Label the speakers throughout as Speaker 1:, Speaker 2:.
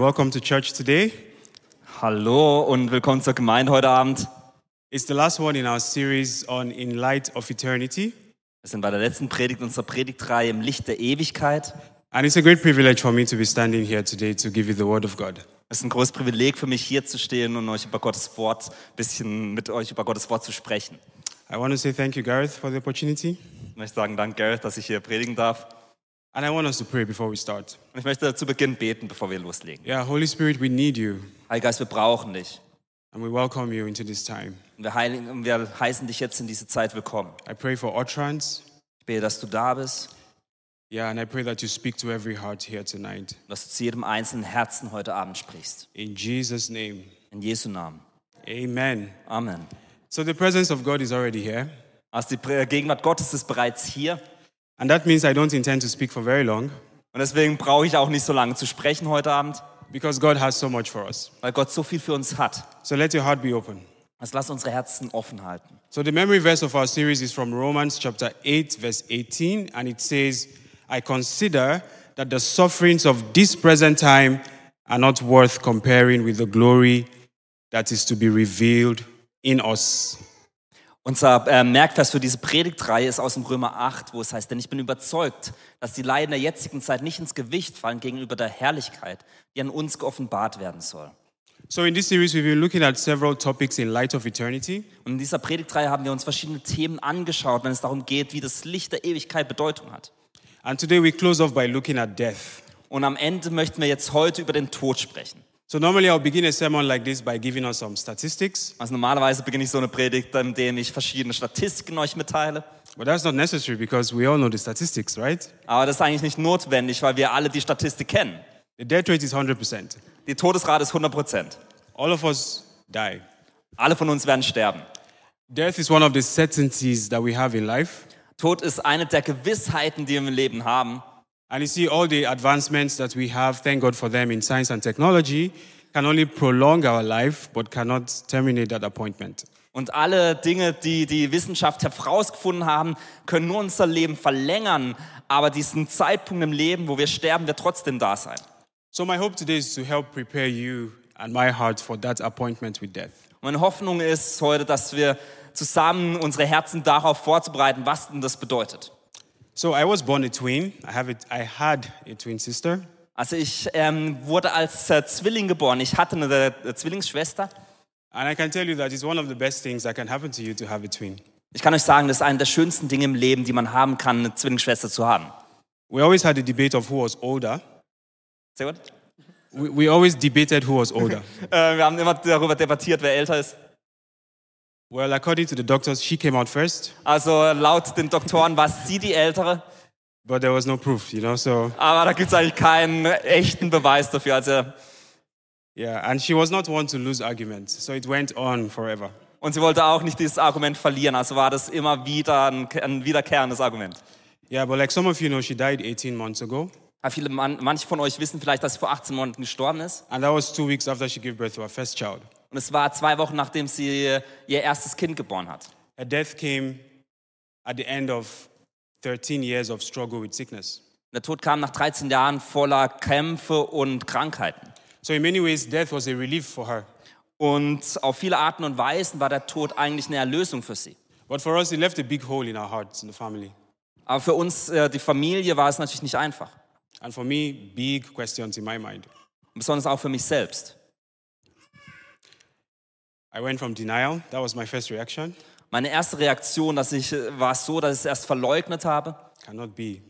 Speaker 1: Welcome to church today.
Speaker 2: Hallo und willkommen zur Gemeinde heute Abend.
Speaker 1: It's the last one in our series on In Light of Eternity.
Speaker 2: Wir sind bei der letzten Predigt unserer Predigtreihe im Licht der Ewigkeit.
Speaker 1: And it's a great privilege for me to be standing here today to give you the Word of God.
Speaker 2: Es ist ein großes Privileg für mich, hier zu stehen und euch über Gottes Wort ein bisschen mit euch über Gottes Wort zu sprechen.
Speaker 1: I want to say thank you, Gareth, for the opportunity.
Speaker 2: Ich möchte sagen, danke, Gareth, dass ich hier predigen darf.
Speaker 1: And I want us to pray before we start.
Speaker 2: Und ich möchte zu Beginn beten, bevor wir loslegen.
Speaker 1: Yeah, Holy Spirit, we need you
Speaker 2: Heiliger Geist, wir brauchen dich.
Speaker 1: and we welcome you into this time.
Speaker 2: Und wir, heiligen, und wir heißen dich jetzt in diese Zeit willkommen.
Speaker 1: I pray for utterance.
Speaker 2: Ich bete, dass du da bist,
Speaker 1: Yeah, and I pray that you speak to every heart here tonight.
Speaker 2: dass du zu jedem einzelnen Herzen heute Abend sprichst.
Speaker 1: In Jesus' name,
Speaker 2: In Jesu Namen.
Speaker 1: amen.
Speaker 2: Amen.
Speaker 1: So the presence of God is already here.
Speaker 2: Also die Prä- Gegenwart Gottes ist bereits hier.
Speaker 1: And that means I don't intend to speak for very long
Speaker 2: Und deswegen brauche ich auch nicht so lange zu sprechen heute Abend,
Speaker 1: because God has so much for us.
Speaker 2: weil Gott so viel für uns hat.
Speaker 1: So let your heart be open.
Speaker 2: Also lass unsere Herzen offen halten.
Speaker 1: So the memory verse of our series is from Romans chapter 8 verse 18 and it says, "I consider that the sufferings of this present time are not worth comparing with the glory that is to be revealed in us."
Speaker 2: Unser äh, Merkvers für diese Predigtreihe ist aus dem Römer 8, wo es heißt, denn ich bin überzeugt, dass die Leiden der jetzigen Zeit nicht ins Gewicht fallen gegenüber der Herrlichkeit, die an uns geoffenbart werden soll.
Speaker 1: So in this series we've been looking at several topics in light of eternity,
Speaker 2: Und in dieser Predigtreihe haben wir uns verschiedene Themen angeschaut, wenn es darum geht, wie das Licht der Ewigkeit Bedeutung hat.
Speaker 1: and today we close off by looking at death.
Speaker 2: Und am Ende möchten wir jetzt heute über den Tod sprechen.
Speaker 1: So normally I'll begin a sermon like this by giving us some statistics,
Speaker 2: Also normalerweise beginne ich so eine Predigt, indem ich verschiedene Statistiken euch mitteile.
Speaker 1: but that's not necessary because we all know the statistics, right?
Speaker 2: Aber das ist eigentlich nicht notwendig, weil wir alle die Statistik kennen.
Speaker 1: The death rate is 100%.
Speaker 2: Die Todesrate ist 100 Prozent.
Speaker 1: All of us die.
Speaker 2: Alle von uns werden sterben.
Speaker 1: Death is one of the certainties that we have in life.
Speaker 2: Tod ist eine der Gewissheiten, die wir im Leben haben.
Speaker 1: And you see, all the advancements that we have, thank God for them, in science and technology, can only prolong our life but cannot terminate that appointment.
Speaker 2: Und alle Dinge, die die Wissenschaft herausgefunden haben, können nur unser Leben verlängern. Aber diesen Zeitpunkt im Leben, wo wir sterben, wird trotzdem da sein.
Speaker 1: So, my hope today is to help prepare you and my heart for that appointment with death.
Speaker 2: Und meine Hoffnung ist heute, dass wir zusammen unsere Herzen darauf vorzubereiten, was denn das bedeutet.
Speaker 1: So, I was born a twin. I, have a, I had a twin sister.
Speaker 2: Also ich ähm, wurde als äh, Zwilling geboren. Ich hatte eine äh, Zwillingsschwester.
Speaker 1: And I can tell you that it's one of the best things that can happen to you to have a twin.
Speaker 2: Ich kann euch sagen, das ist eine der schönsten Dinge im Leben, die man haben kann, eine Zwillingsschwester zu haben.
Speaker 1: We always had a debate of who was older.
Speaker 2: Sehr gut.
Speaker 1: We, we always debated who was older.
Speaker 2: Äh, wir haben immer darüber debattiert, wer älter ist.
Speaker 1: well, according to the doctors, she came out first.
Speaker 2: Also laut den Doktoren war sie die Ältere,
Speaker 1: but there was no proof, you know. So
Speaker 2: aber da gibt es eigentlich keinen echten Beweis dafür. Also,
Speaker 1: yeah, and she was not one to lose arguments, so it went on forever.
Speaker 2: und sie wollte auch nicht dieses Argument verlieren, also war das immer wieder ein, ein wiederkehrendes Argument.
Speaker 1: Yeah, but like some of you know, she died 18 months ago,
Speaker 2: Aber viele, man, manche von euch wissen vielleicht, dass sie vor 18 Monaten gestorben ist.
Speaker 1: and that was two weeks after she gave birth to her first child.
Speaker 2: Und es war zwei Wochen, nachdem sie ihr erstes Kind geboren hat.
Speaker 1: Her death came at the end of 13 years of struggle with sickness.
Speaker 2: Der Tod kam nach 13 Jahren voller Kämpfe und Krankheiten.
Speaker 1: So in many ways, death was a relief for her.
Speaker 2: Und auf viele Arten und Weisen war der Tod eigentlich eine Erlösung für sie.
Speaker 1: But for us, it left a big hole in our hearts, in the family.
Speaker 2: Aber für uns, äh, die Familie, war es natürlich nicht einfach.
Speaker 1: And for me, big questions in my mind.
Speaker 2: Und besonders auch für mich selbst.
Speaker 1: I went from denial, that was my first reaction.
Speaker 2: Meine erste Reaktion dass ich, äh, war es so, dass ich es erst verleugnet habe.
Speaker 1: Cannot be.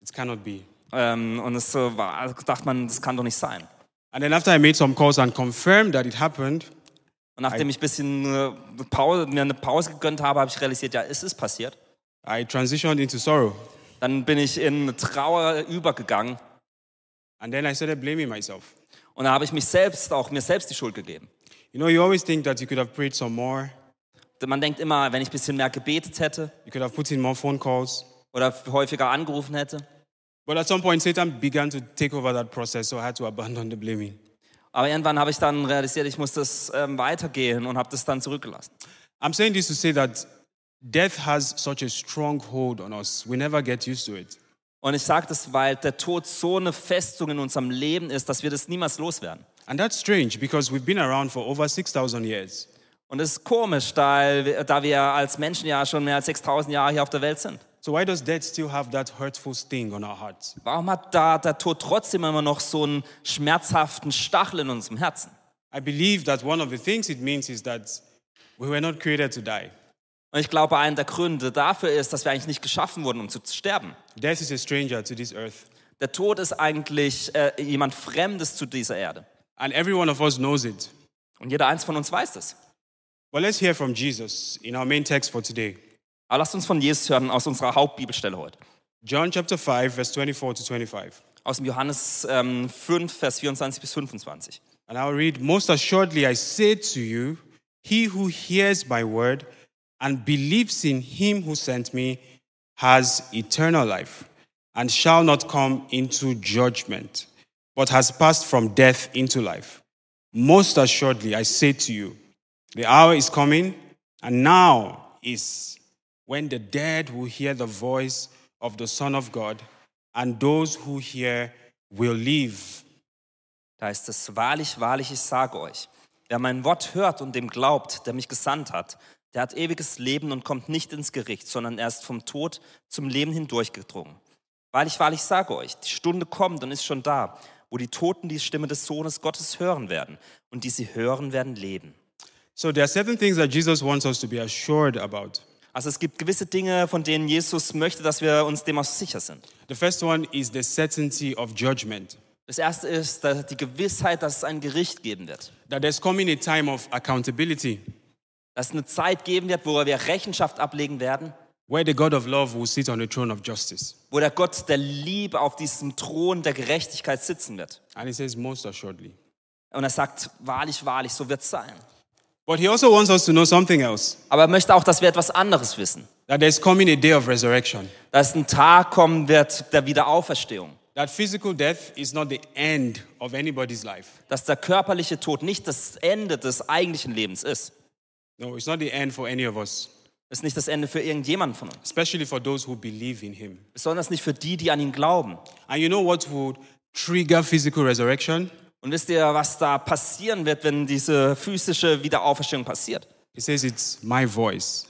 Speaker 1: It cannot be.
Speaker 2: Ähm, und es äh, war, dachte man, das kann doch nicht sein.
Speaker 1: And then after I made some calls and confirmed that it happened,
Speaker 2: Und nachdem ich ein bisschen äh, Pause, mir eine Pause gegönnt habe, habe ich realisiert, ja, es ist passiert.
Speaker 1: I transitioned into sorrow.
Speaker 2: Dann bin ich in Trauer übergegangen
Speaker 1: And then I started blaming myself.
Speaker 2: und da habe ich mich selbst auch mir selbst die Schuld gegeben.
Speaker 1: You know, you always think that you could have prayed some more,
Speaker 2: Man denkt immer, wenn ich ein bisschen mehr gebetet hätte
Speaker 1: you could have put in more phone calls.
Speaker 2: oder häufiger angerufen hätte.
Speaker 1: But at some point, Satan began to take over that process, so I had to abandon the blaming.
Speaker 2: Aber irgendwann habe ich dann realisiert, ich muss das ähm, weitergehen und habe das dann zurückgelassen.
Speaker 1: I'm saying this to say that death has such a strong hold on us. We never get used to it.
Speaker 2: Und ich sage das, weil der Tod so eine Festung in unserem Leben ist, dass wir das niemals loswerden.
Speaker 1: And that's strange because we've been around for over 6,000 years.
Speaker 2: Und es ist komisch, da, wir- da wir als Menschen ja schon mehr als 6000 Jahre hier auf der Welt sind.
Speaker 1: So why does death still have that hurtful sting on our hearts?
Speaker 2: Warum hat da der Tod trotzdem immer noch so einen schmerzhaften Stachel in unserem Herzen?
Speaker 1: I believe that one of the things it means is that we were not created to die.
Speaker 2: Und ich glaube, einer der Gründe dafür ist, dass wir eigentlich nicht geschaffen wurden, um zu sterben.
Speaker 1: Death is a stranger to this earth,
Speaker 2: Der Tod ist eigentlich äh, jemand Fremdes zu dieser Erde.
Speaker 1: and every one of us knows it.
Speaker 2: Und jeder eins von uns weiß das.
Speaker 1: But let's hear from Jesus in our main text for today.
Speaker 2: Aber lasst uns von Jesus hören aus unserer Hauptbibelstelle heute.
Speaker 1: John chapter 5, verse 24 to 25.
Speaker 2: Aus dem Johannes ähm, 5, Vers 24 bis 25.
Speaker 1: And I'll read, Most assuredly I say to you, he who hears my word and believes in him who sent me has eternal life and shall not come into judgment, but has passed from death into life. Most assuredly I say to you, the hour is coming, and now is when the dead will hear the voice of the Son of God, and those who hear will live.
Speaker 2: Da heißt es, wahrlich, wahrlich, ich sage euch, wer mein Wort hört und dem glaubt, der mich gesandt hat, der hat ewiges Leben und kommt nicht ins Gericht, sondern er ist vom Tod zum Leben hindurchgedrungen. Wahrlich, wahrlich, sage euch, die Stunde kommt und ist schon da, wo die Toten die Stimme des Sohnes Gottes hören werden und die sie hören, werden leben.
Speaker 1: So there are certain things that Jesus wants us to be assured about.
Speaker 2: Also es gibt gewisse Dinge, von denen Jesus möchte, dass wir uns dem auch sicher sind.
Speaker 1: The first one is the certainty of judgment,
Speaker 2: Das erste ist dass die Gewissheit, dass es ein Gericht geben wird.
Speaker 1: that there's coming a time of accountability
Speaker 2: Dass es eine Zeit geben wird, wo wir Rechenschaft ablegen werden,
Speaker 1: where the God of love will sit on the throne of justice.
Speaker 2: wo der Gott der Liebe auf diesem Thron der Gerechtigkeit sitzen wird.
Speaker 1: And he says, most assuredly.
Speaker 2: Und er sagt, wahrlich, wahrlich, so wird es sein.
Speaker 1: But he also wants us to know something else
Speaker 2: Aber er möchte auch, dass wir etwas anderes wissen.
Speaker 1: that there's coming a day of resurrection,
Speaker 2: Dass ein Tag kommen wird der Wiederauferstehung.
Speaker 1: that physical death is not the end of anybody's life.
Speaker 2: Dass der körperliche Tod nicht das Ende des eigentlichen Lebens ist.
Speaker 1: No, it's not the end for any of us,
Speaker 2: Ist nicht das Ende für irgendjemanden von uns.
Speaker 1: especially for those who believe in him.
Speaker 2: Besonders nicht für die, die an ihn glauben.
Speaker 1: And you know what would trigger physical resurrection?
Speaker 2: Und wisst ihr, was da passieren wird, wenn diese physische Wiederauferstehung passiert?
Speaker 1: He says, it's my voice.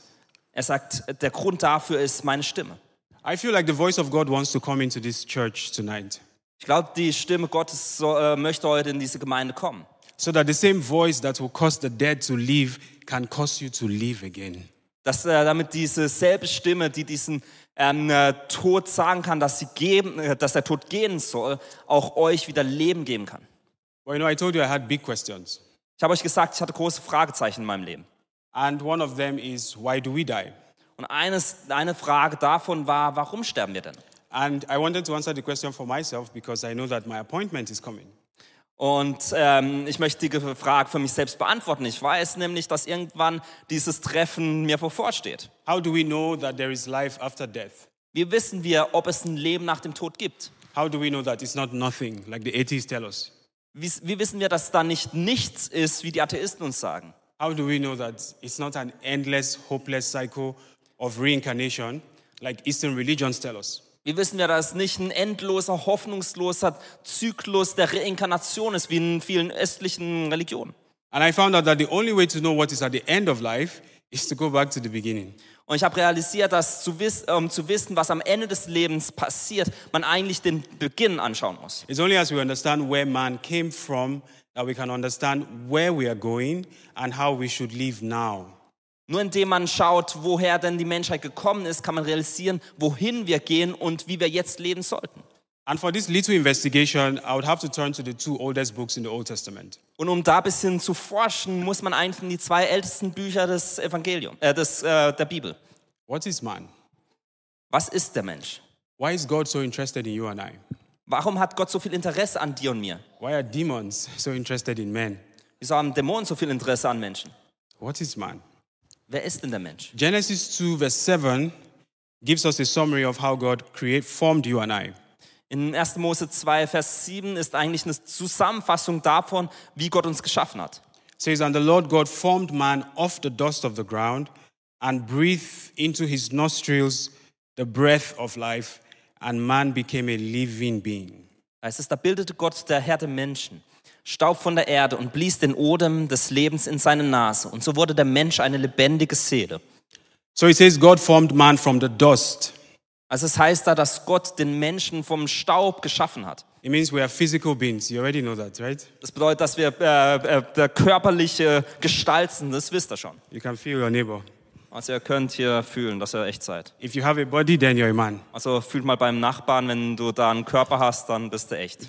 Speaker 2: Er sagt, der Grund dafür ist meine Stimme.
Speaker 1: I feel like the voice of God wants to come into this church tonight
Speaker 2: Ich glaube, die Stimme Gottes so, äh, möchte heute in diese Gemeinde kommen.
Speaker 1: so that the same voice that will cause the dead to live can cause you to live again.
Speaker 2: Dass äh, damit diese selbe Stimme, die diesen ähm, äh, Tod sagen kann, dass, sie geben, äh, dass der Tod gehen soll, auch euch wieder Leben geben kann.
Speaker 1: Well, you know, I told you I had big questions.
Speaker 2: Ich habe euch gesagt, ich hatte große Fragezeichen in meinem Leben.
Speaker 1: And one of them is, why do we die?
Speaker 2: Und eines, eine Frage davon war, warum sterben wir denn?
Speaker 1: And I wanted to answer the question for myself because I know that my appointment is coming.
Speaker 2: Und ähm, ich möchte die Frage für mich selbst beantworten. Ich weiß nämlich, dass irgendwann dieses Treffen mir bevorsteht.
Speaker 1: How do we know that there is life after death?
Speaker 2: Wie wissen wir, ob es ein Leben nach dem Tod gibt?
Speaker 1: How do we know that it's not nothing, like the atheists tell us?
Speaker 2: Wie, wie wissen wir, dass da nicht nichts ist, wie die Atheisten uns sagen?
Speaker 1: How do we know that it's not an endless, hopeless cycle of reincarnation, like Eastern religions tell us?
Speaker 2: Wie wissen wir, dass es nicht ein endloser, hoffnungsloser Zyklus der Reinkarnation ist, wie in vielen östlichen Religionen?
Speaker 1: And I found out that the only way to know what is at the end of life is to go back to the beginning.
Speaker 2: Und ich habe realisiert, dass zu wiss, um zu wissen, was am Ende des Lebens passiert, man eigentlich den Beginn anschauen muss.
Speaker 1: It's only as we understand where man came from that we can understand where we are going and how we should live now.
Speaker 2: Nur indem man schaut, woher denn die Menschheit gekommen ist, kann man realisieren, wohin wir gehen und wie wir jetzt leben sollten.
Speaker 1: And for this little investigation, I would have to turn to the two oldest books in the Old Testament.
Speaker 2: Und um da ein bisschen zu forschen, muss man eigentlich in die zwei ältesten Bücher des Evangeliums, äh, des, äh, der Bibel.
Speaker 1: What is man?
Speaker 2: Was ist der Mensch?
Speaker 1: Why is God so interested in you and I?
Speaker 2: Warum hat Gott so viel Interesse an dir und mir?
Speaker 1: Why are demons so interested in men?
Speaker 2: Wieso haben Dämonen so viel Interesse an Menschen?
Speaker 1: What is man?
Speaker 2: Wer ist denn der Mensch?
Speaker 1: Genesis 2, verse 7 gives us a summary of how God create, formed you and I.
Speaker 2: In 1. Mose 2, Vers 7 ist eigentlich eine Zusammenfassung davon, wie Gott uns geschaffen hat.
Speaker 1: says, And the Lord God formed man off the dust of the ground and breathed into his nostrils the breath of life, and man became a living being.
Speaker 2: Da heißt es, da bildete Gott der Herr den Menschen, Staub von der Erde und blies den Odem des Lebens in seine Nase. Und so wurde der Mensch eine lebendige Seele.
Speaker 1: So it says God formed man from the dust.
Speaker 2: Also es heißt da, dass Gott den Menschen vom Staub geschaffen hat.
Speaker 1: It means we are physical beings. You already know that, right?
Speaker 2: Das bedeutet, dass wir äh, äh, der körperliche Gestalt sind, das wisst ihr schon.
Speaker 1: You can feel your neighbor.
Speaker 2: Also ihr könnt hier fühlen, dass ihr echt seid.
Speaker 1: If you have a body, then you're a man.
Speaker 2: Also fühlt mal beim Nachbarn, wenn du da einen Körper hast, dann bist du echt.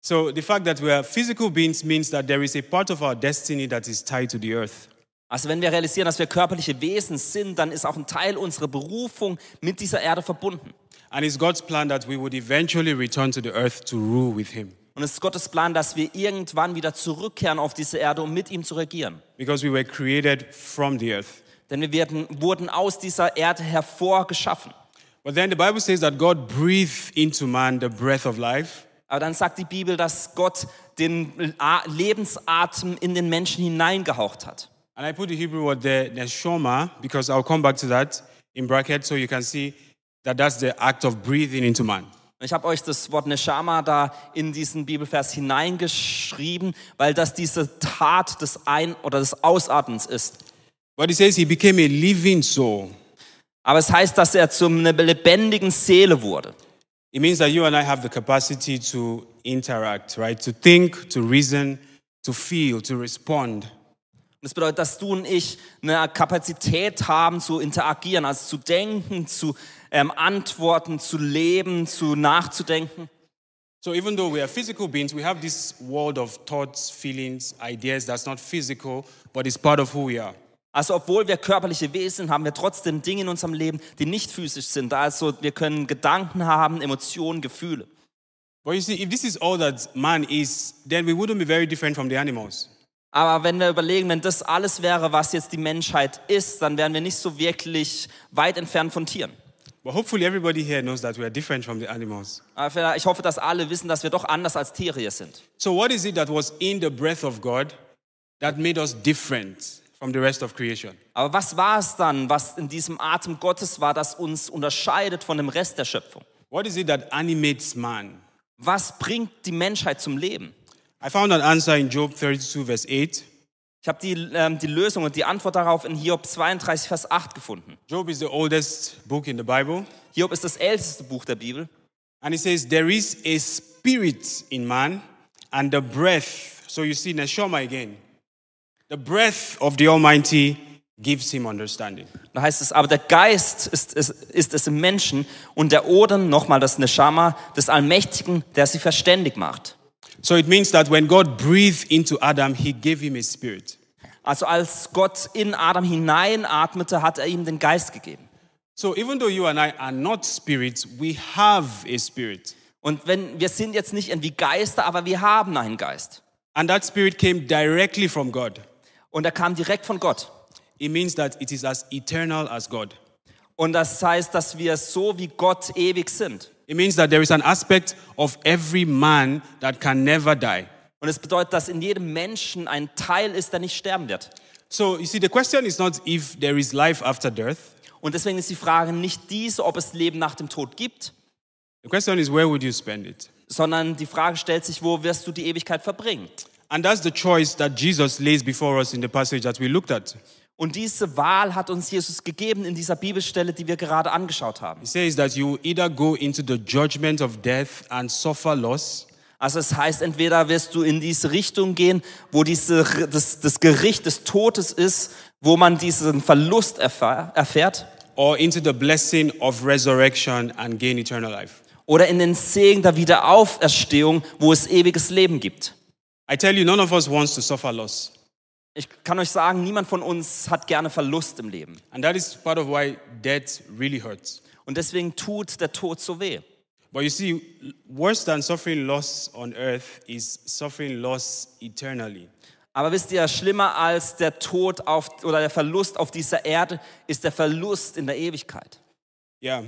Speaker 1: So the fact that we are physical beings means that there is a part of our destiny that is tied to the earth.
Speaker 2: Also wenn wir realisieren, dass wir körperliche Wesen sind, dann ist auch ein Teil unserer Berufung mit dieser Erde verbunden.
Speaker 1: And it's God's plan that we would eventually return to the earth to rule with him.
Speaker 2: Und es ist Gottes Plan, dass wir irgendwann wieder zurückkehren auf diese Erde, um mit ihm zu regieren.
Speaker 1: Because we were created from the earth.
Speaker 2: Denn wir werden, wurden aus dieser Erde hervorgeschaffen.
Speaker 1: But then the Bible says that God breathed into man the breath of life,
Speaker 2: Aber dann sagt die Bibel, dass Gott den A- Lebensatem in den Menschen hineingehaucht hat.
Speaker 1: and I put the Hebrew word there, neshoma, because I'll come back to that in bracket, so you can see that that's the act of breathing into man.
Speaker 2: Und Ich habe euch das Wort Neshama da in diesen Bibelvers hineingeschrieben, weil das diese Tat des Ein- oder des Ausatmens ist.
Speaker 1: But it says he became a living soul.
Speaker 2: Aber es heißt, dass er zu einer lebendigen Seele wurde.
Speaker 1: It means that you and I have the capacity to interact, right? To think, to reason, to feel, to respond.
Speaker 2: Und Das bedeutet, dass du und ich eine Kapazität haben zu interagieren, also zu denken, zu ähm, antworten, zu leben, zu nachzudenken.
Speaker 1: So even though we are physical beings, we have this world of thoughts, feelings, ideas that's not physical, but it's part of who we are.
Speaker 2: Also obwohl wir körperliche Wesen haben, wir trotzdem Dinge in unserem Leben, die nicht physisch sind. Also wir können Gedanken haben, Emotionen, Gefühle.
Speaker 1: But you see, if this is all that man is, then we wouldn't be very different from the animals.
Speaker 2: Aber wenn wir überlegen, wenn das alles wäre, was jetzt die Menschheit ist, dann wären wir nicht so wirklich weit entfernt von Tieren.
Speaker 1: But hopefully, everybody here knows that we are different from the animals.
Speaker 2: Aber vielleicht- ich hoffe, dass alle wissen, dass wir doch anders als Tiere hier sind.
Speaker 1: So, what is it that was in the breath of God that made us different from the rest of creation?
Speaker 2: Aber was war es dann, was in diesem Atem Gottes war, das uns unterscheidet von dem Rest der Schöpfung?
Speaker 1: What is it that animates man?
Speaker 2: Was bringt die Menschheit zum Leben?
Speaker 1: I found an answer in Job 32, verse 8.
Speaker 2: Ich habe die, ähm, die Lösung und die Antwort darauf in Hiob 32, Vers 8 gefunden.
Speaker 1: Job is the oldest book in the Bible.
Speaker 2: Hiob ist das älteste Buch der Bibel.
Speaker 1: And it says, There is a spirit in man and the breath. So you see, Neshoma again. The breath of the Almighty gives him understanding.
Speaker 2: Da heißt es, aber der Geist ist es, ist es im Menschen und der Odem, nochmal das Neshama, des Allmächtigen, der sie verständig macht.
Speaker 1: So it means that when God breathed into Adam, he gave him a spirit.
Speaker 2: Also als Gott in Adam hineinatmete, hat er ihm den Geist gegeben.
Speaker 1: So even though you and I are not spirits, we have a spirit.
Speaker 2: Und wenn, wir sind jetzt nicht irgendwie Geister, aber wir haben einen Geist.
Speaker 1: And that spirit came directly from God.
Speaker 2: Und er kam direkt von Gott.
Speaker 1: It means that it is as eternal as God.
Speaker 2: Und das heißt, dass wir so wie Gott ewig sind.
Speaker 1: It means that there is an aspect of every man that can never die.
Speaker 2: Und es bedeutet, dass in jedem Menschen ein Teil ist, der nicht sterben wird.
Speaker 1: So you see, the question is not if there is life after death.
Speaker 2: Und deswegen ist die Frage nicht diese, ob es Leben nach dem Tod gibt,
Speaker 1: The question is where would you spend it?
Speaker 2: sondern die Frage stellt sich, wo wirst du die Ewigkeit verbringen?
Speaker 1: And that's the choice that Jesus lays before us in the passage that we looked at.
Speaker 2: Und diese Wahl hat uns Jesus gegeben in dieser Bibelstelle, die wir gerade angeschaut haben.
Speaker 1: He says that you will either go into the judgment of death and suffer loss,
Speaker 2: Also es heißt, entweder wirst du in diese Richtung gehen, wo diese, das, das Gericht des Todes ist, wo man diesen Verlust erfahr, erfährt,
Speaker 1: or into the blessing of resurrection and gain eternal life.
Speaker 2: oder in den Segen der Wiederauferstehung, wo es ewiges Leben gibt.
Speaker 1: I tell you, none of us wants to suffer loss.
Speaker 2: Ich kann euch sagen, niemand von uns hat gerne Verlust im Leben.
Speaker 1: And that is part of why death really hurts.
Speaker 2: Und deswegen tut der Tod so weh.
Speaker 1: But you see, worse than suffering loss on earth is suffering loss eternally.
Speaker 2: Aber wisst ihr, schlimmer als der Tod auf, oder der Verlust auf dieser Erde ist der Verlust in der Ewigkeit.
Speaker 1: Yeah.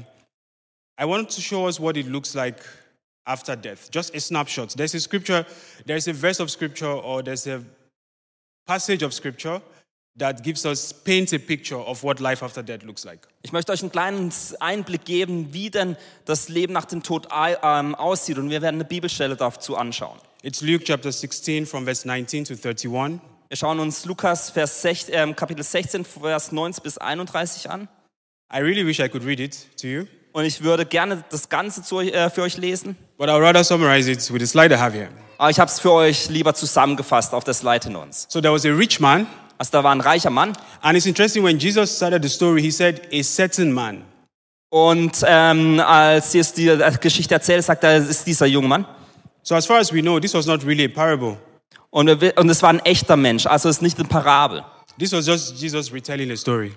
Speaker 1: I want to show us what it looks like after death. Just a snapshot. There's a scripture, there's a verse of scripture, or there's a passage of scripture that gives us, paints a picture of what life after death looks like.
Speaker 2: Ich möchte euch einen kleinen Einblick geben, wie denn das Leben nach dem Tod ei- ähm, aussieht. Und wir werden eine Bibelstelle dazu anschauen.
Speaker 1: It's Luke chapter 16 from verse 19 to 31.
Speaker 2: Wir schauen uns Lukas Vers 6, ähm, Kapitel 16, Vers 19 bis 31 an.
Speaker 1: I really wish I could read it to you,
Speaker 2: Und ich würde gerne das Ganze zu, euch- äh, für euch lesen.
Speaker 1: but I'll rather summarize it with the slide I have here.
Speaker 2: Aber ich habe es für euch lieber zusammengefasst auf der Slide hinter uns.
Speaker 1: So there was a rich man,
Speaker 2: Also da war ein reicher Mann.
Speaker 1: and it's interesting when Jesus started the story, he said, A certain man.
Speaker 2: Und ähm, als Jesus die äh, Geschichte erzählt, sagt er, es ist dieser junge Mann.
Speaker 1: So as far as we know, this was not really a parable.
Speaker 2: Und, er, will- und es war ein echter Mensch, also es ist nicht eine Parabel.
Speaker 1: This was just Jesus retelling a story.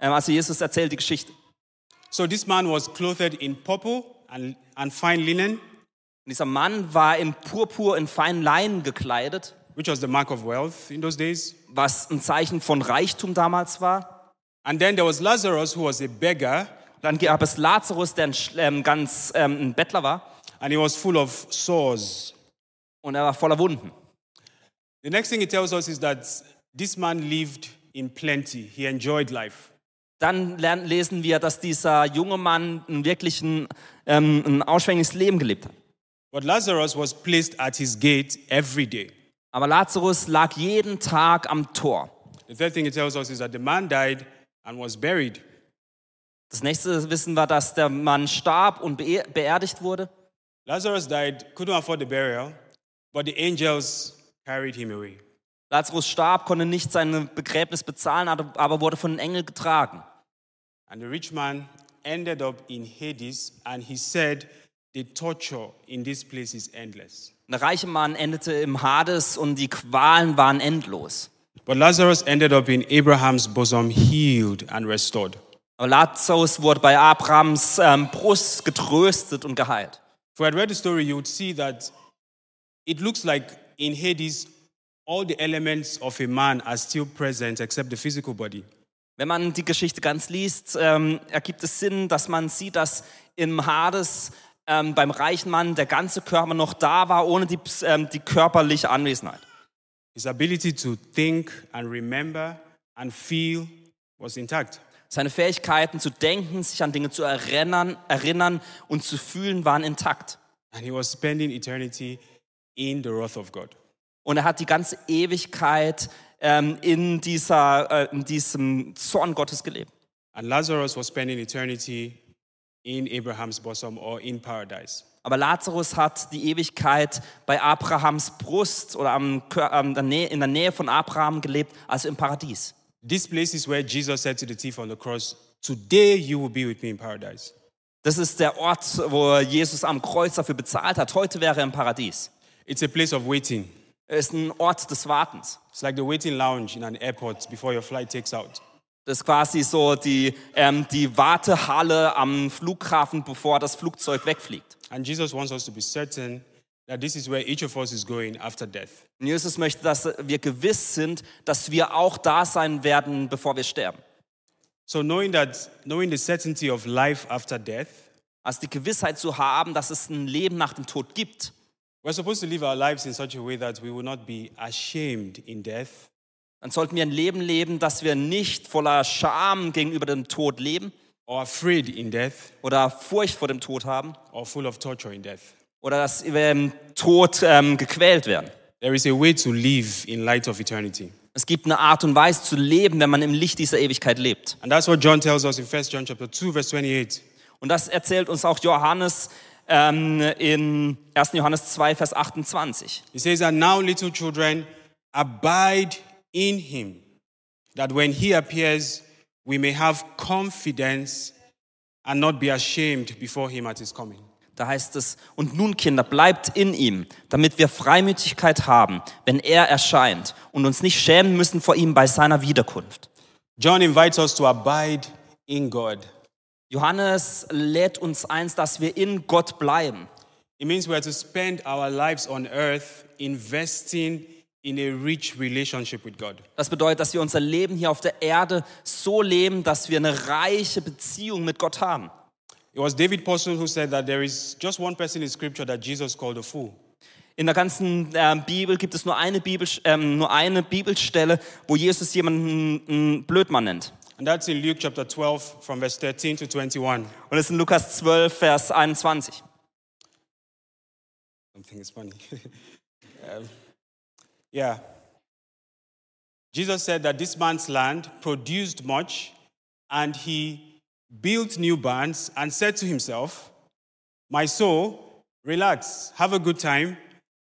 Speaker 2: Ähm, also Jesus erzählt die Geschichte.
Speaker 1: So this man was clothed in purple and, and fine linen,
Speaker 2: Und dieser Mann war im Purpur in feinen Leinen gekleidet,
Speaker 1: which was the mark of wealth in those days.
Speaker 2: was ein Zeichen von Reichtum damals war.
Speaker 1: And then there was Lazarus, who was a beggar,
Speaker 2: Dann gab es Lazarus, der ein, Sch- ähm, ganz ähm, ein Bettler war
Speaker 1: and he was full of sores.
Speaker 2: und er war voller Wunden.
Speaker 1: The next thing he tells us is that this man lived in plenty, he enjoyed life.
Speaker 2: Dann lernen, lesen wir, dass dieser junge Mann ein wirklich ein, ähm, ein ausschwängliches Leben gelebt hat.
Speaker 1: But Lazarus was placed at his gate every day.
Speaker 2: Aber Lazarus lag jeden Tag am Tor.
Speaker 1: The third thing he tells us is that the man died and was buried.
Speaker 2: Das nächste wissen wir, dass der Mann starb und bee- beerdigt wurde.
Speaker 1: Lazarus died, couldn't afford the burial, but the angels carried him away.
Speaker 2: Lazarus starb, konnte nicht sein Begräbnis bezahlen, hatte- aber wurde von einem Engel getragen.
Speaker 1: And the rich man ended up in Hades, and he said, The torture in this place is endless.
Speaker 2: Und Der reiche Mann endete im Hades und die Qualen waren endlos.
Speaker 1: But Lazarus ended up in Abraham's bosom, healed and restored.
Speaker 2: Aber Lazarus wurde bei Abrahams ähm, Brust getröstet und geheilt.
Speaker 1: If we had read the story, you would see that it looks like in Hades, all the elements of a man are still present except the physical body.
Speaker 2: Wenn man die Geschichte ganz liest, ähm, ergibt es Sinn, dass man sieht, dass im Hades ähm, beim reichen Mann der ganze Körper noch da war, ohne die, ps- ähm, die körperliche Anwesenheit.
Speaker 1: His ability to think and remember and feel was intact.
Speaker 2: Seine Fähigkeiten zu denken, sich an Dinge zu erinnern, erinnern und zu fühlen waren intakt.
Speaker 1: And he was spending eternity in the wrath of God.
Speaker 2: Und er hat die ganze Ewigkeit ähm, in, dieser, äh, in diesem Zorn Gottes gelebt.
Speaker 1: And Lazarus was spending eternity in Abraham's bosom or in paradise.
Speaker 2: Aber Lazarus hat die Ewigkeit bei Abrahams Brust oder am, Kör- am, der Nähe, in der Nähe von Abraham gelebt, also im Paradies.
Speaker 1: This place is where Jesus said to the thief on the cross, Today you will be with me in paradise.
Speaker 2: Das ist der Ort, wo Jesus am Kreuz dafür bezahlt hat. Heute wäre er im Paradies.
Speaker 1: It's a place of waiting.
Speaker 2: Es ist ein Ort des Wartens.
Speaker 1: It's like the waiting lounge in an airport before your flight takes out.
Speaker 2: Das ist quasi so die, ähm, die Wartehalle am Flughafen, bevor das Flugzeug wegfliegt.
Speaker 1: And Jesus wants us to be certain that this is where each of us is going after death.
Speaker 2: Und Jesus möchte, dass wir gewiss sind, dass wir auch da sein werden, bevor wir sterben.
Speaker 1: So knowing that, knowing the certainty of life after death,
Speaker 2: Also die Gewissheit zu haben, dass es ein Leben nach dem Tod gibt.
Speaker 1: we're supposed to live our lives in such a way that we will not be ashamed in death,
Speaker 2: Dann sollten wir ein Leben leben, dass wir nicht voller Scham gegenüber dem Tod leben
Speaker 1: or afraid in death,
Speaker 2: oder Furcht vor dem Tod haben
Speaker 1: or full of torture in death.
Speaker 2: oder dass wir im Tod ähm, gequält werden.
Speaker 1: There is a way to live in light of eternity.
Speaker 2: Es gibt eine Art und Weise zu leben, wenn man im Licht dieser Ewigkeit lebt.
Speaker 1: And that's what John tells us in 1 John chapter 2 verse 28.
Speaker 2: Und das erzählt uns auch Johannes ähm, in 1. Johannes 2, Vers 28.
Speaker 1: He says, "And now little children, abide in him, that when he appears, we may have confidence and not be ashamed before him at his coming."
Speaker 2: Da heißt es, und nun Kinder, bleibt in ihm, damit wir Freimütigkeit haben, wenn er erscheint und uns nicht schämen müssen vor ihm bei seiner Wiederkunft.
Speaker 1: John invites us to abide in God.
Speaker 2: Johannes lädt uns eins, dass wir in Gott bleiben.
Speaker 1: It means we are to spend our lives on earth investing in a rich relationship with God.
Speaker 2: Das bedeutet, dass wir unser Leben hier auf der Erde so leben, dass wir eine reiche Beziehung mit Gott haben.
Speaker 1: It was David Paulson who said that there is just one person in scripture that Jesus called a fool.
Speaker 2: In der ganzen ähm, Bibel gibt es nur eine, Bibel, ähm, nur eine Bibelstelle, wo Jesus jemanden einen Blödmann nennt.
Speaker 1: And that's in Luke chapter 12, from verse 13 to 21.
Speaker 2: Und das ist in Lukas 12, Vers 21.
Speaker 1: Something is funny. Um, yeah. Jesus said that this man's land produced much, and he built new barns and said to himself, My soul, relax, have a good time,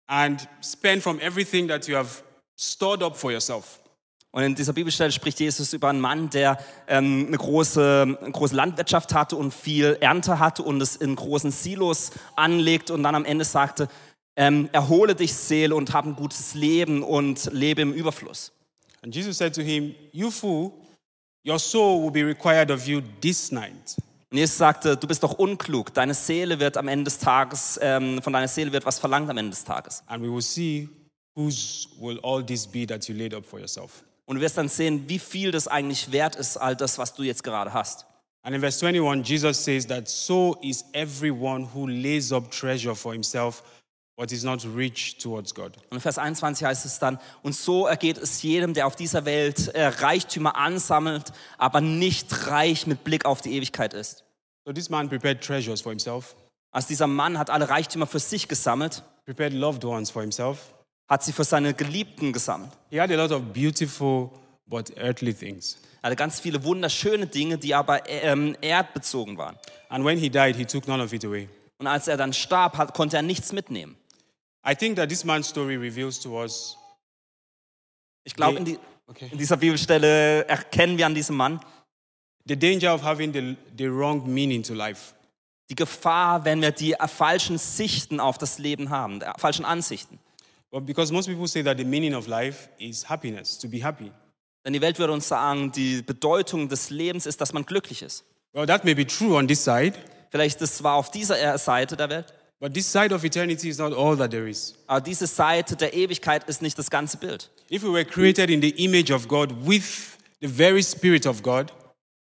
Speaker 1: and spend from everything that you have stored up for yourself.
Speaker 2: Und in dieser Bibelstelle spricht Jesus über einen Mann, der ähm, eine, große, eine große Landwirtschaft hatte und viel Ernte hatte und es in großen Silos anlegt und dann am Ende sagte, ähm, erhole dich Seele und hab ein gutes Leben und lebe im Überfluss.
Speaker 1: And Jesus said to him, You fool, your soul will be required of you this night.
Speaker 2: Und Jesus sagte, du bist doch unklug, deine Seele wird am Ende des Tages, ähm, von deiner Seele wird was verlangt am Ende des Tages.
Speaker 1: and we will see whose will all this be that you laid up for yourself.
Speaker 2: Und du wirst dann sehen, wie viel das eigentlich wert ist, all das, was du jetzt gerade hast.
Speaker 1: And in verse 21, Jesus says that so is everyone who lays up treasure for himself, but is not rich towards God.
Speaker 2: Und in Vers 21 heißt es dann, und so ergeht es jedem, der auf dieser Welt äh, Reichtümer ansammelt, aber nicht reich mit Blick auf die Ewigkeit ist.
Speaker 1: So this man prepared treasures for himself,
Speaker 2: Also dieser Mann hat alle Reichtümer für sich gesammelt,
Speaker 1: prepared loved ones for himself.
Speaker 2: hat sie für seine Geliebten gesammelt.
Speaker 1: He had a lot of beautiful but earthly things.
Speaker 2: Er hatte ganz viele wunderschöne Dinge, die aber äh, ähm, erdbezogen waren.
Speaker 1: And when he died, he took none of it away.
Speaker 2: Und als er dann starb, hat, konnte er nichts mitnehmen.
Speaker 1: I think that this man's story reveals to us
Speaker 2: Ich glaube, in, die, in dieser Bibelstelle erkennen wir an diesem Mann
Speaker 1: the danger of having the, the wrong meaning to life.
Speaker 2: die Gefahr, wenn wir die äh, falschen Sichten auf das Leben haben, der falschen Ansichten.
Speaker 1: But because most people say that the meaning of life is happiness, to be happy.
Speaker 2: Denn die Welt würde uns sagen, die Bedeutung des Lebens ist, dass man glücklich ist.
Speaker 1: Well, that may be true on this side,
Speaker 2: Vielleicht das war auf dieser äh, Seite der Welt,
Speaker 1: but this side of eternity is not all that there is.
Speaker 2: aber diese Seite der Ewigkeit ist nicht das ganze Bild.
Speaker 1: If we were created in the image of God with the very Spirit of God,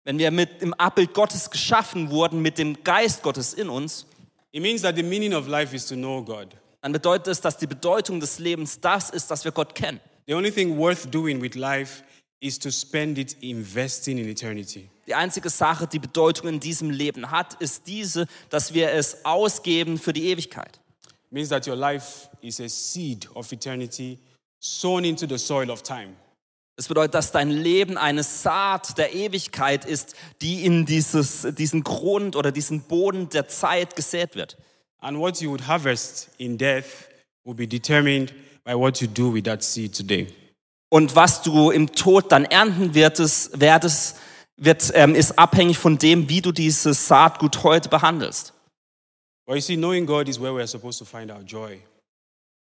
Speaker 2: Wenn wir mit im Abbild Gottes geschaffen wurden, mit dem Geist Gottes in uns,
Speaker 1: it means that the meaning of life is to know God.
Speaker 2: dann bedeutet es, dass die Bedeutung des Lebens das ist, dass wir Gott kennen.
Speaker 1: The only thing worth doing with life is to spend it investing in eternity.
Speaker 2: Die einzige Sache, die Bedeutung in diesem Leben hat, ist diese, dass wir es ausgeben für die Ewigkeit.
Speaker 1: It means that your life is a seed of eternity sown into the soil of time.
Speaker 2: Das bedeutet, dass dein Leben eine Saat der Ewigkeit ist, die in dieses, diesen Grund oder diesen Boden der Zeit gesät wird.
Speaker 1: And what you would harvest in death will be determined by what you do with that seed today.
Speaker 2: Und was du im Tod dann ernten wirtest, werdest, wird, ähm, ist abhängig von dem, wie du dieses Saatgut heute behandelst.
Speaker 1: But you see, knowing God is where we are supposed to find our joy.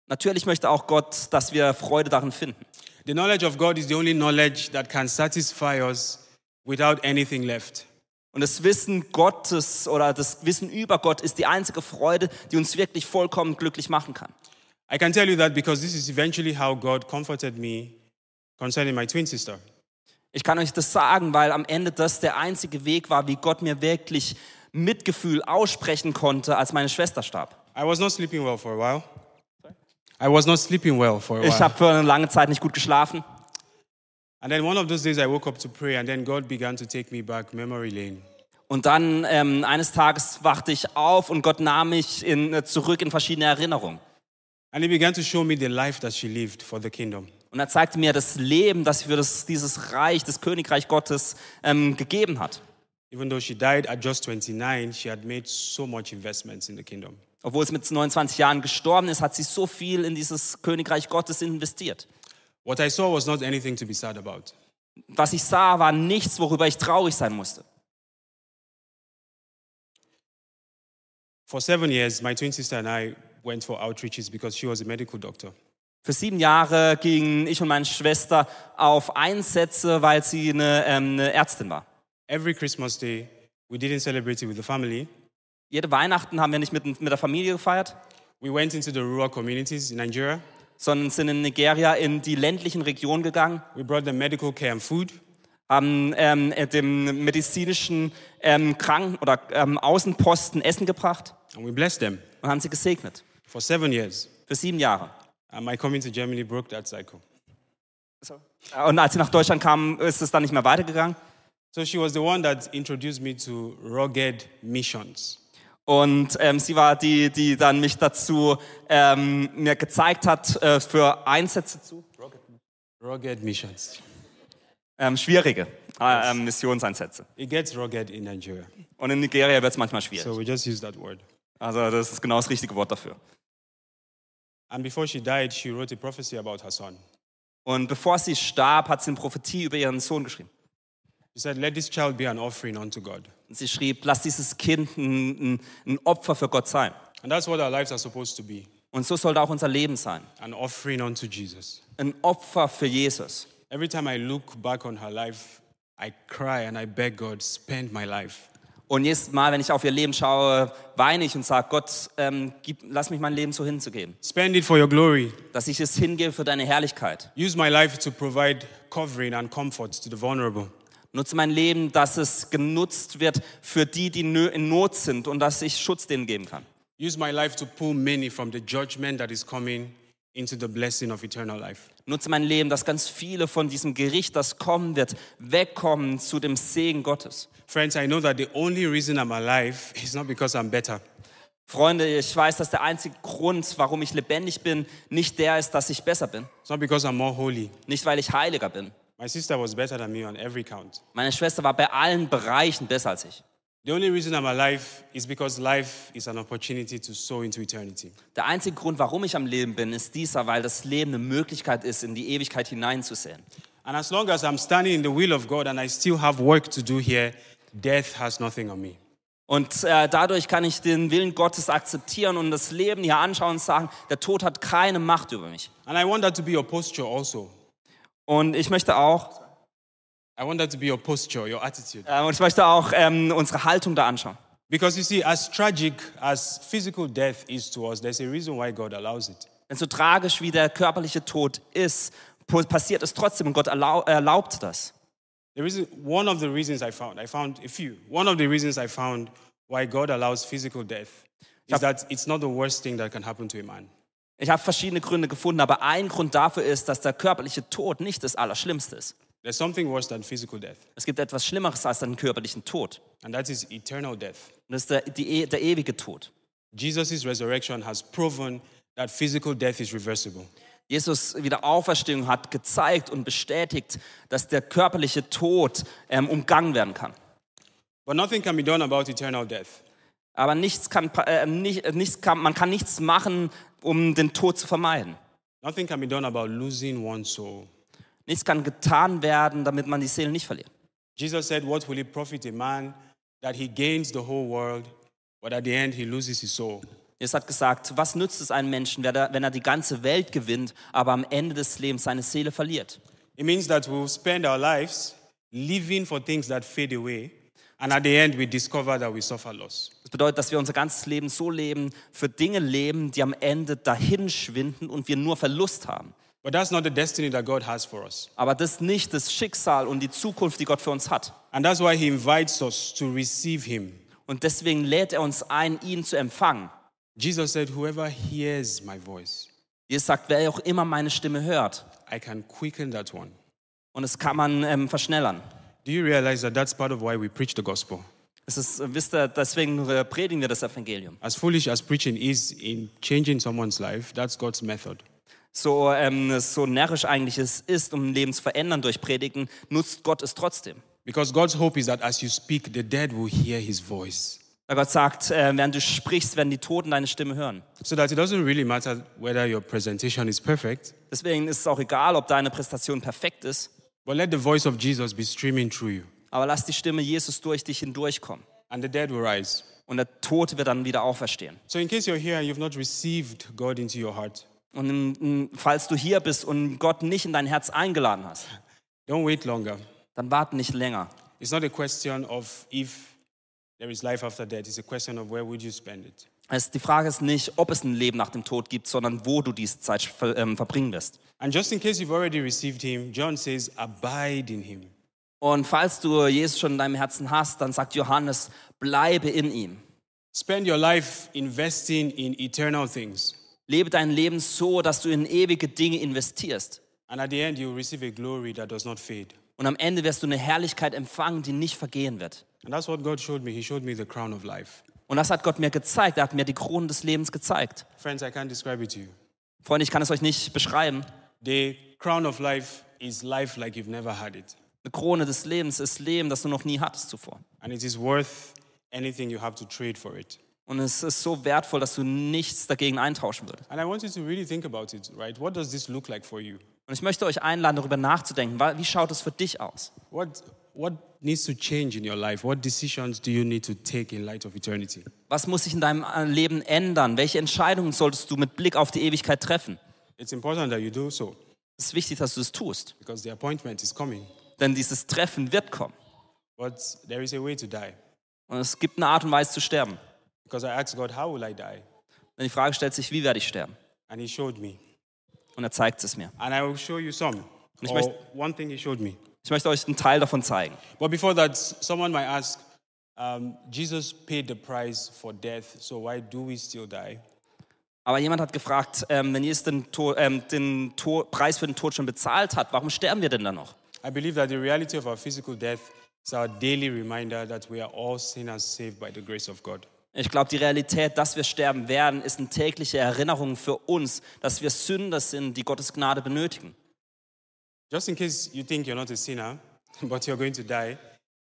Speaker 2: Natürlich möchte auch Gott, dass wir Freude darin finden.
Speaker 1: The knowledge of God is the only knowledge that can satisfy us without anything left.
Speaker 2: Und das Wissen Gottes oder das Wissen über Gott ist die einzige Freude, die uns wirklich vollkommen glücklich machen kann.
Speaker 1: I can tell you that because this is eventually how God comforted me concerning my twin sister.
Speaker 2: Ich kann euch das sagen, weil am Ende das der einzige Weg war, wie Gott mir wirklich Mitgefühl aussprechen konnte, als meine Schwester starb.
Speaker 1: I was not sleeping well for a while. I was not sleeping well for a
Speaker 2: Ich
Speaker 1: while.
Speaker 2: habe für eine lange Zeit nicht gut geschlafen.
Speaker 1: And then one of those days I woke up to pray, and then God began to take me back memory lane.
Speaker 2: Und dann ähm, eines Tages wachte ich auf und Gott nahm mich in, äh, zurück in verschiedene Erinnerungen.
Speaker 1: And He began to show me the life that she lived for the kingdom.
Speaker 2: Und er zeigte mir das Leben, das für das, dieses Reich, das Königreich Gottes ähm, gegeben hat.
Speaker 1: Even though she died at just 29, she had made so much investments in the kingdom.
Speaker 2: Obwohl es mit 29 Jahren gestorben ist, hat sie so viel in dieses Königreich Gottes investiert.
Speaker 1: What I saw was not anything to be sad about.
Speaker 2: Was ich sah, war nichts, worüber ich traurig sein musste.
Speaker 1: For seven years, my twin sister and I went for outreaches because she was a medical doctor.
Speaker 2: Für sieben Jahre gingen ich und meine Schwester auf Einsätze, weil sie eine, ähm, eine Ärztin war.
Speaker 1: Every Christmas day, we didn't celebrate it with the family.
Speaker 2: Jede Weihnachten haben wir nicht mit, mit der Familie gefeiert,
Speaker 1: We went into the rural communities in Nigeria.
Speaker 2: sondern sind in Nigeria in die ländlichen Regionen gegangen,
Speaker 1: We brought them medical care and food.
Speaker 2: haben ähm, äh, dem medizinischen ähm, Kranken- oder ähm, Außenposten Essen gebracht
Speaker 1: And we blessed them
Speaker 2: und haben sie gesegnet.
Speaker 1: for seven years.
Speaker 2: für sieben Jahre.
Speaker 1: And my coming to Germany broke that cycle.
Speaker 2: Und als sie nach Deutschland kamen, ist es dann nicht mehr weitergegangen.
Speaker 1: So she was the one that introduced me to rugged missions.
Speaker 2: Und ähm, sie war die, die dann mich dazu ähm, mir gezeigt hat, äh, für Einsätze zu
Speaker 1: Rugged missions.
Speaker 2: ähm, schwierige äh, ähm, Missionseinsätze.
Speaker 1: It gets rugged in Nigeria.
Speaker 2: Und in Nigeria wird es manchmal schwierig.
Speaker 1: So we just use that word.
Speaker 2: Also das ist genau das richtige Wort dafür.
Speaker 1: And before she died, she wrote a prophecy about her son.
Speaker 2: Und bevor sie starb, hat sie eine Prophetie über ihren Sohn geschrieben.
Speaker 1: She said, Let this child be an offering unto God.
Speaker 2: Und sie schrieb, lass dieses Kind ein, ein, ein Opfer für Gott sein.
Speaker 1: And that's what our lives are supposed to be
Speaker 2: Und so sollte auch unser Leben sein.
Speaker 1: an offering unto Jesus.
Speaker 2: Ein Opfer für Jesus.
Speaker 1: Every time I look back on her life, I cry and I beg God, spend my life.
Speaker 2: Und jedes Mal, wenn ich auf ihr Leben schaue, weine ich und sage, Gott, ähm, gib, lass mich mein Leben so hinzugeben.
Speaker 1: Spend it for your glory.
Speaker 2: Dass ich es hingebe für deine Herrlichkeit.
Speaker 1: Use my life to provide covering and comfort to the vulnerable.
Speaker 2: Nutze mein Leben, dass es genutzt wird für die, die nö- in Not sind und dass ich Schutz denen geben kann.
Speaker 1: Use my life to pull many from the judgment that is coming into the blessing of eternal life.
Speaker 2: Nutze mein Leben, dass ganz viele von diesem Gericht, das kommen wird, wegkommen zu dem Segen Gottes.
Speaker 1: Friends, I know that the only reason I'm alive is not because I'm better.
Speaker 2: Freunde, ich weiß, dass der einzige Grund, warum ich lebendig bin, nicht der ist, dass ich besser bin.
Speaker 1: It's not because I'm more holy.
Speaker 2: Nicht, weil ich heiliger bin.
Speaker 1: My sister was better than me on every count.
Speaker 2: Meine Schwester war bei allen Bereichen besser als ich.
Speaker 1: The only reason I'm alive is because life is an opportunity to sow into eternity.
Speaker 2: Der einzige Grund, warum ich am Leben bin, ist dieser, weil das Leben eine Möglichkeit ist, in die Ewigkeit hineinzusehen.
Speaker 1: And as long as I'm standing in the will of God and I still have work to do here, death has nothing on me.
Speaker 2: Und äh, dadurch kann ich den Willen Gottes akzeptieren und das Leben hier anschauen und sagen, der Tod hat keine Macht über mich.
Speaker 1: And I want that to be your posture also.
Speaker 2: Und ich möchte auch,
Speaker 1: I want that to be your posture, your attitude.
Speaker 2: äh, und ich möchte auch ähm, unsere Haltung da anschauen.
Speaker 1: Because you see, as tragic as physical death is to us, there's a reason why God allows it.
Speaker 2: Denn so tragisch wie der körperliche Tod ist, po- passiert es trotzdem und Gott erlau erlaubt das.
Speaker 1: The reason, one of the reasons I found, I found a few, one of the reasons I found why God allows physical death is that it's not the worst thing that can happen to a man.
Speaker 2: Ich habe verschiedene Gründe gefunden, aber ein Grund dafür ist, dass der körperliche Tod nicht das Allerschlimmste ist.
Speaker 1: There's something worse than physical death,
Speaker 2: Es gibt etwas Schlimmeres als den körperlichen Tod.
Speaker 1: and that is eternal death.
Speaker 2: Und das ist der, die, E, der ewige Tod.
Speaker 1: Jesus' resurrection has proven that physical death is reversible.
Speaker 2: Jesus Wiederauferstehung hat gezeigt und bestätigt, dass der körperliche Tod ähm, umgangen werden kann.
Speaker 1: But nothing can be done about eternal death.
Speaker 2: Aber nichts kann, pa- äh, nicht, äh, nichts kann, man kann nichts machen, um den Tod zu vermeiden.
Speaker 1: Nothing can be done about losing one soul.
Speaker 2: Nichts kann getan werden, damit man die Seele nicht verliert.
Speaker 1: Jesus said, What will it profit a man that he gains the whole world, but at the end he loses his soul?
Speaker 2: Jesus hat gesagt, was nützt es einem Menschen, wer da- wenn er die ganze Welt gewinnt, aber am Ende des Lebens seine Seele verliert?
Speaker 1: It means that we'll spend our lives living for things that fade away, and at the end we discover that we suffer loss.
Speaker 2: Das bedeutet, dass wir unser ganzes Leben so leben, für Dinge leben, die am Ende dahinschwinden und wir nur Verlust haben.
Speaker 1: But that's not the destiny that God has for us.
Speaker 2: Aber das ist nicht das Schicksal und die Zukunft, die Gott für uns hat.
Speaker 1: And that's why he invites us to receive him.
Speaker 2: Und deswegen lädt er uns ein, ihn zu empfangen.
Speaker 1: Jesus said, Whoever hears my voice,
Speaker 2: Jesus sagt, wer auch immer meine Stimme hört.
Speaker 1: I can quicken that one.
Speaker 2: Und das kann man ähm, verschnellern.
Speaker 1: Do you realize that that's part of why we preach the gospel?
Speaker 2: Es ist, äh, wisst ihr, deswegen äh, predigen wir das Evangelium.
Speaker 1: As foolish as preaching is in changing someone's life, that's God's method.
Speaker 2: So, ähm, so närrisch eigentlich es ist, um ein Leben zu verändern durch Predigen, nutzt Gott es trotzdem.
Speaker 1: Because God's hope is that as you speak, the dead will hear his voice.
Speaker 2: Weil Gott sagt, äh, während du sprichst, werden die Toten deine Stimme hören.
Speaker 1: So that it doesn't really matter whether your presentation is perfect,
Speaker 2: Deswegen ist es auch egal, ob deine Präsentation perfekt ist,
Speaker 1: but let the voice of Jesus be streaming through you,
Speaker 2: aber lass die Stimme Jesus durch dich hindurchkommen.
Speaker 1: and the dead will rise.
Speaker 2: Und der Tote wird dann wieder auferstehen.
Speaker 1: So, in case you're here and you've not received God into your heart,
Speaker 2: Und ähm, falls du hier bist und Gott nicht in dein Herz eingeladen hast,
Speaker 1: don't wait longer.
Speaker 2: dann warte nicht länger.
Speaker 1: It's not a question of if there is life after death, it's a question of where would you spend it.
Speaker 2: Es, die Frage ist nicht, ob es ein Leben nach dem Tod gibt, sondern wo du diese Zeit ver, ähm, verbringen wirst.
Speaker 1: And just in case you've already received him, John says, Abide in him.
Speaker 2: Und falls du Jesus schon in deinem Herzen hast, dann sagt Johannes, bleibe in ihm.
Speaker 1: Spend your life investing in eternal things.
Speaker 2: Lebe dein Leben so, dass du in ewige Dinge investierst.
Speaker 1: And at the end, you will receive a glory that does not fade.
Speaker 2: Und am Ende wirst du eine Herrlichkeit empfangen, die nicht vergehen wird.
Speaker 1: And that's what God showed me. He showed me the crown of life.
Speaker 2: Und das hat Gott mir gezeigt. Er hat mir die Krone des Lebens gezeigt.
Speaker 1: Friends, I can't describe it to you.
Speaker 2: Freunde, ich kann es euch nicht beschreiben.
Speaker 1: The crown of life is life like you've never had it.
Speaker 2: Eine Krone des Lebens ist Leben, das du noch nie hattest zuvor.
Speaker 1: And it is worth anything you have to trade for it.
Speaker 2: Und es ist so wertvoll, dass du nichts dagegen eintauschen würdest.
Speaker 1: And I want you to really think about it, right? What does this look like for you?
Speaker 2: Und ich möchte euch einladen, darüber nachzudenken. Wa- Wie schaut es für dich aus?
Speaker 1: What, what needs to change in your life? What decisions do you need to take in light of eternity?
Speaker 2: Was muss sich in deinem äh, Leben ändern? Welche Entscheidungen solltest du mit Blick auf die Ewigkeit treffen?
Speaker 1: It's important that you do so
Speaker 2: Es ist wichtig, dass du es tust.
Speaker 1: because the appointment is coming.
Speaker 2: Denn dieses Treffen wird kommen.
Speaker 1: But there is a way to die.
Speaker 2: Und es gibt eine Art und Weise zu sterben.
Speaker 1: Because I asked God, How will I die?
Speaker 2: Denn die Frage stellt sich, wie werde ich sterben?
Speaker 1: And He showed me.
Speaker 2: Und er zeigt es mir.
Speaker 1: And I will show you some.
Speaker 2: Ich
Speaker 1: Or
Speaker 2: möcht-
Speaker 1: one thing He showed me.
Speaker 2: Ich möchte euch einen Teil davon zeigen.
Speaker 1: But before that, s- someone might ask, um, Jesus paid the price for death, so why do we still die?
Speaker 2: Aber jemand hat gefragt, ähm, wenn Jesus den, To- ähm, den To- Preis für den Tod schon bezahlt hat, warum sterben wir denn dann noch?
Speaker 1: I believe that the reality of our physical death is our daily reminder that we are all sinners saved by the grace of God.
Speaker 2: Ich glaube, die Realität, dass wir sterben werden, ist eine tägliche Erinnerung für uns, dass wir Sünder sind, die Gottes Gnade benötigen.
Speaker 1: Just in case you think you're not a sinner, but you're going to die,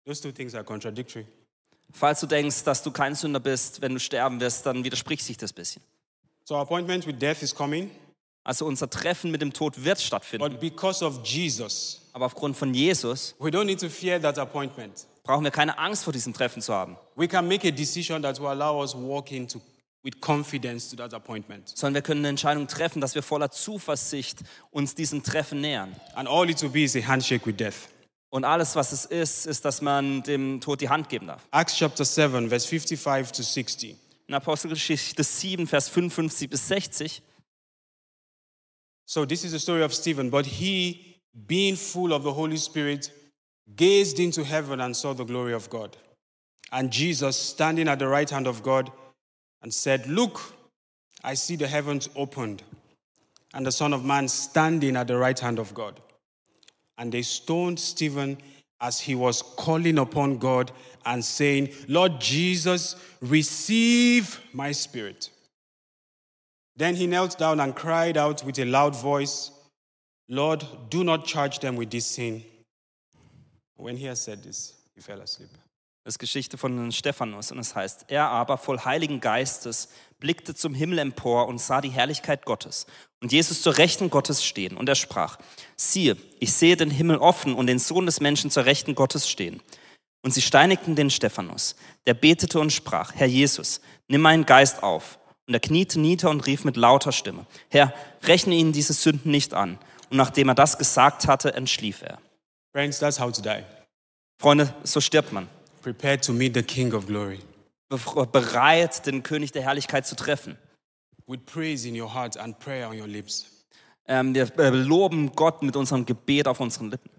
Speaker 1: those two things are contradictory.
Speaker 2: Falls du denkst, dass du kein Sünder bist, wenn du sterben wirst, dann widerspricht sich das ein bisschen.
Speaker 1: So our appointment with death is coming,
Speaker 2: Also unser Treffen mit dem Tod wird stattfinden.
Speaker 1: but because of Jesus,
Speaker 2: Aber aufgrund von Jesus
Speaker 1: we don't need to fear that appointment.
Speaker 2: brauchen wir keine Angst vor diesem Treffen zu haben,
Speaker 1: We can make a decision that will allow us walk into with confidence to that appointment.
Speaker 2: sondern wir können eine Entscheidung treffen, dass wir voller Zuversicht uns diesem Treffen nähern.
Speaker 1: And all it will be is a handshake with death.
Speaker 2: Und alles, was es ist, ist, dass man dem Tod die Hand geben darf.
Speaker 1: Acts chapter 7, verse 55 to 60.
Speaker 2: In Apostelgeschichte 7, Vers 55 bis 60
Speaker 1: So, this is the story of Stephen. But he, being full of the Holy Spirit, gazed into heaven and saw the glory of God. And Jesus standing at the right hand of God and said, Look, I see the heavens opened, and the Son of Man standing at the right hand of God. And they stoned Stephen as he was calling upon God and saying, Lord Jesus, receive my spirit. Then he knelt down and cried out with a loud voice, Lord, do not charge them with this sin. When he had said this, he fell asleep.
Speaker 2: Das ist Geschichte von Stephanus und es heißt, er aber voll Heiligen Geistes blickte zum Himmel empor und sah die Herrlichkeit Gottes und Jesus zur Rechten Gottes stehen und er sprach, siehe, ich sehe den Himmel offen und den Sohn des Menschen zur Rechten Gottes stehen. Und sie steinigten den Stephanus, der betete und sprach, Herr Jesus, nimm meinen Geist auf. Und er kniete nieder und rief mit lauter Stimme, Herr, rechne ihnen diese Sünden nicht an. Und nachdem er das gesagt hatte, entschlief er.
Speaker 1: Friends, that's how to die.
Speaker 2: Freunde, so stirbt man.
Speaker 1: Prepare to meet the King of Glory
Speaker 2: be- bereit, den König der Herrlichkeit zu treffen.
Speaker 1: with praise in your heart and prayer on your lips.
Speaker 2: Ähm, wir äh, loben Gott mit unserem Gebet auf unseren Lippen.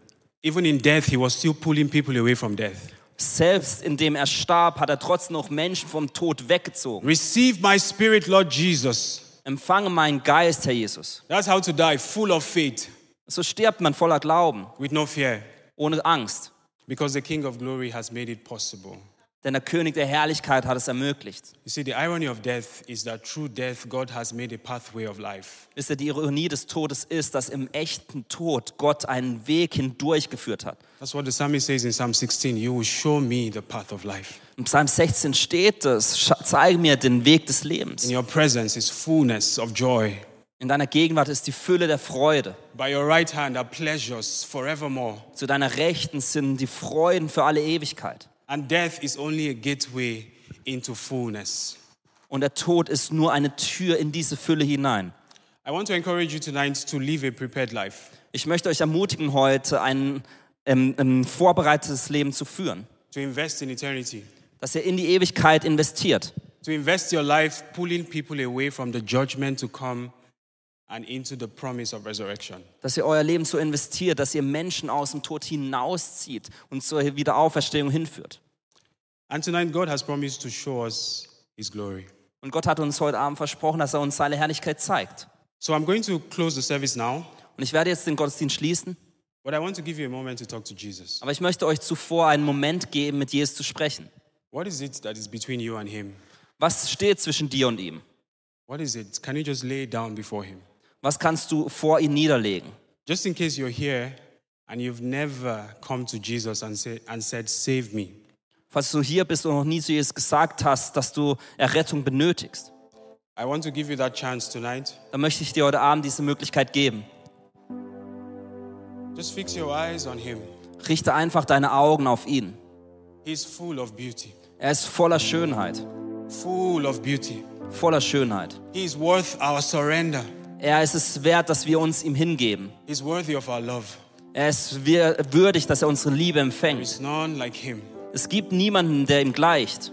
Speaker 1: Even in death, he was still pulling people away from death.
Speaker 2: Selbst indem er starb, hat er trotzdem noch Menschen vom Tod weggezogen.
Speaker 1: Receive my spirit, Lord Jesus.
Speaker 2: Empfange meinen Geist, Herr Jesus.
Speaker 1: That's how to die, full of faith,
Speaker 2: So stirbt man voller Glauben,
Speaker 1: with no fear,
Speaker 2: ohne Angst.
Speaker 1: because the King of Glory has made it possible.
Speaker 2: Denn der König der Herrlichkeit hat es ermöglicht.
Speaker 1: You see, the irony of death is that through death, God has made a pathway of life.
Speaker 2: Wisst ihr, die Ironie des Todes ist, dass im echten Tod Gott einen Weg hindurchgeführt hat.
Speaker 1: That's what the psalmist says in Psalm 16 You will show me the path of life.
Speaker 2: Im Psalm 16 steht es, "Scha- zeige mir den Weg des
Speaker 1: In
Speaker 2: Lebens.
Speaker 1: your presence is fullness of joy.
Speaker 2: In deiner Gegenwart ist die Fülle der Freude.
Speaker 1: By your right hand are pleasures forevermore.
Speaker 2: Zu deiner Rechten sind die Freuden für alle Ewigkeit.
Speaker 1: And death is only a gateway into fullness.
Speaker 2: Und der Tod ist nur eine Tür in diese Fülle hinein.
Speaker 1: I want to encourage you tonight to live a prepared life,
Speaker 2: Ich möchte euch ermutigen, heute ein, ähm, ein vorbereitetes Leben zu führen.
Speaker 1: to invest in eternity,
Speaker 2: Dass ihr in die Ewigkeit investiert.
Speaker 1: to invest your life pulling people away from the judgment to come and into the promise of resurrection.
Speaker 2: Dass ihr euer Leben so investiert, dass ihr Menschen aus dem Tod hinauszieht und zur Wiederauferstehung hinführt.
Speaker 1: And tonight, God has promised to show us His glory.
Speaker 2: Und Gott hat uns heute Abend versprochen, dass er uns seine Herrlichkeit zeigt.
Speaker 1: So I'm going to close the service now,
Speaker 2: Und ich werde jetzt den Gottesdienst schließen,
Speaker 1: but I want to give you a moment to talk to Jesus.
Speaker 2: aber ich möchte euch zuvor einen Moment geben, mit Jesus zu sprechen.
Speaker 1: What is it that is between you and Him?
Speaker 2: Was steht zwischen dir und ihm?
Speaker 1: What is it? Can you just lay it down before Him?
Speaker 2: Was kannst du vor ihn niederlegen?
Speaker 1: Just in case you're here and you've never come to Jesus and, say, and said, Save me,
Speaker 2: Falls du hier bist und noch nie zu Jesus gesagt hast, dass du Errettung benötigst,
Speaker 1: I want to give you that chance tonight.
Speaker 2: dann möchte ich dir heute Abend diese Möglichkeit geben.
Speaker 1: Just fix your eyes on Him.
Speaker 2: Richte einfach deine Augen auf ihn.
Speaker 1: He's full of beauty,
Speaker 2: Er ist voller Schönheit,
Speaker 1: full of beauty.
Speaker 2: voller Schönheit.
Speaker 1: He is worth our surrender.
Speaker 2: Er ist es wert, dass wir uns ihm hingeben.
Speaker 1: He's worthy of our love.
Speaker 2: Er ist wir- würdig, dass er unsere Liebe
Speaker 1: There
Speaker 2: empfängt.
Speaker 1: is none like Him.
Speaker 2: Es gibt niemanden, der ihm gleicht.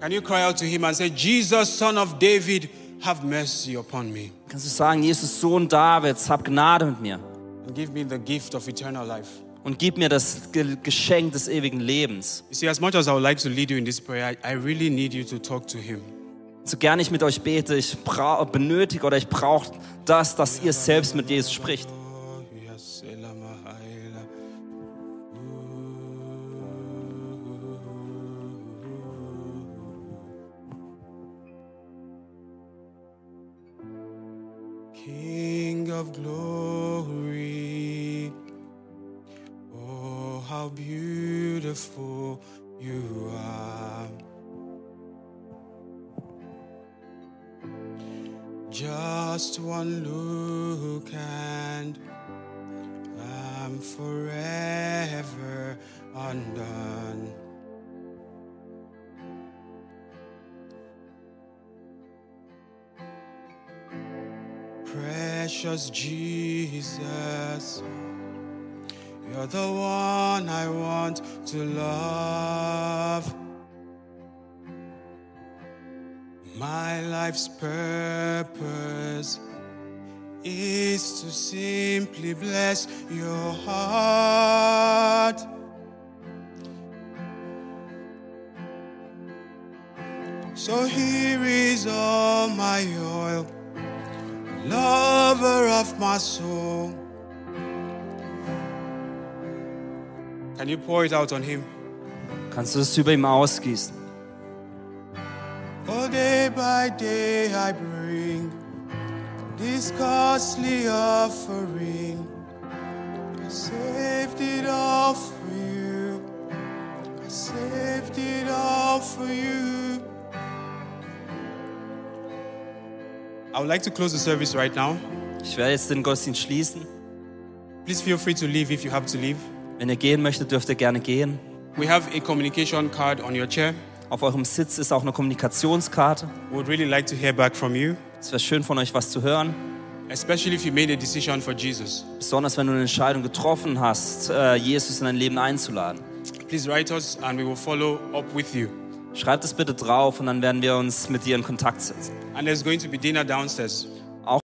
Speaker 1: Can you cry out to Him and say, Jesus, Son of David, have mercy upon me
Speaker 2: Kannst du sagen, Jesus, Sohn Davids, hab Gnade mit mir
Speaker 1: and give me the gift of eternal life?
Speaker 2: und gib mir das Ge- Geschenk des ewigen Lebens.
Speaker 1: You see, as much as I would like to lead you in this prayer, I, I really need you to talk to Him.
Speaker 2: So gern ich mit euch bete, ich bra- benötige oder ich brauche das, dass ihr selbst mit Jesus spricht.
Speaker 1: King of glory, oh, how beautiful you are. Just one look and I'm forever undone. Precious Jesus, you're the one I want to love. My life's purpose is to simply bless your heart. So here is all my oil, lover of my soul. Can you pour it out on him?
Speaker 2: Kannst du es über ihm ausgießen?
Speaker 1: Oh, day by day I bring this costly offering. I saved it all for you. I saved it all for you. I would like to close the service right now.
Speaker 2: Ich werde jetzt den Gottesdienst schließen.
Speaker 1: Please feel free to leave if you have to leave.
Speaker 2: Wenn ihr gehen möchtet, dürft ihr gerne gehen.
Speaker 1: We have a communication card on your chair.
Speaker 2: Auf eurem Sitz ist auch eine Kommunikationskarte.
Speaker 1: We would really like to hear back from you,
Speaker 2: Es wäre schön von euch was zu hören,
Speaker 1: especially if you made a decision for Jesus.
Speaker 2: besonders wenn du eine Entscheidung getroffen hast, äh, Jesus in dein Leben einzuladen.
Speaker 1: Please write us and we will follow up with you.
Speaker 2: Schreibt es bitte drauf und dann werden wir uns mit dir in Kontakt setzen.
Speaker 1: And there's going to be dinner downstairs.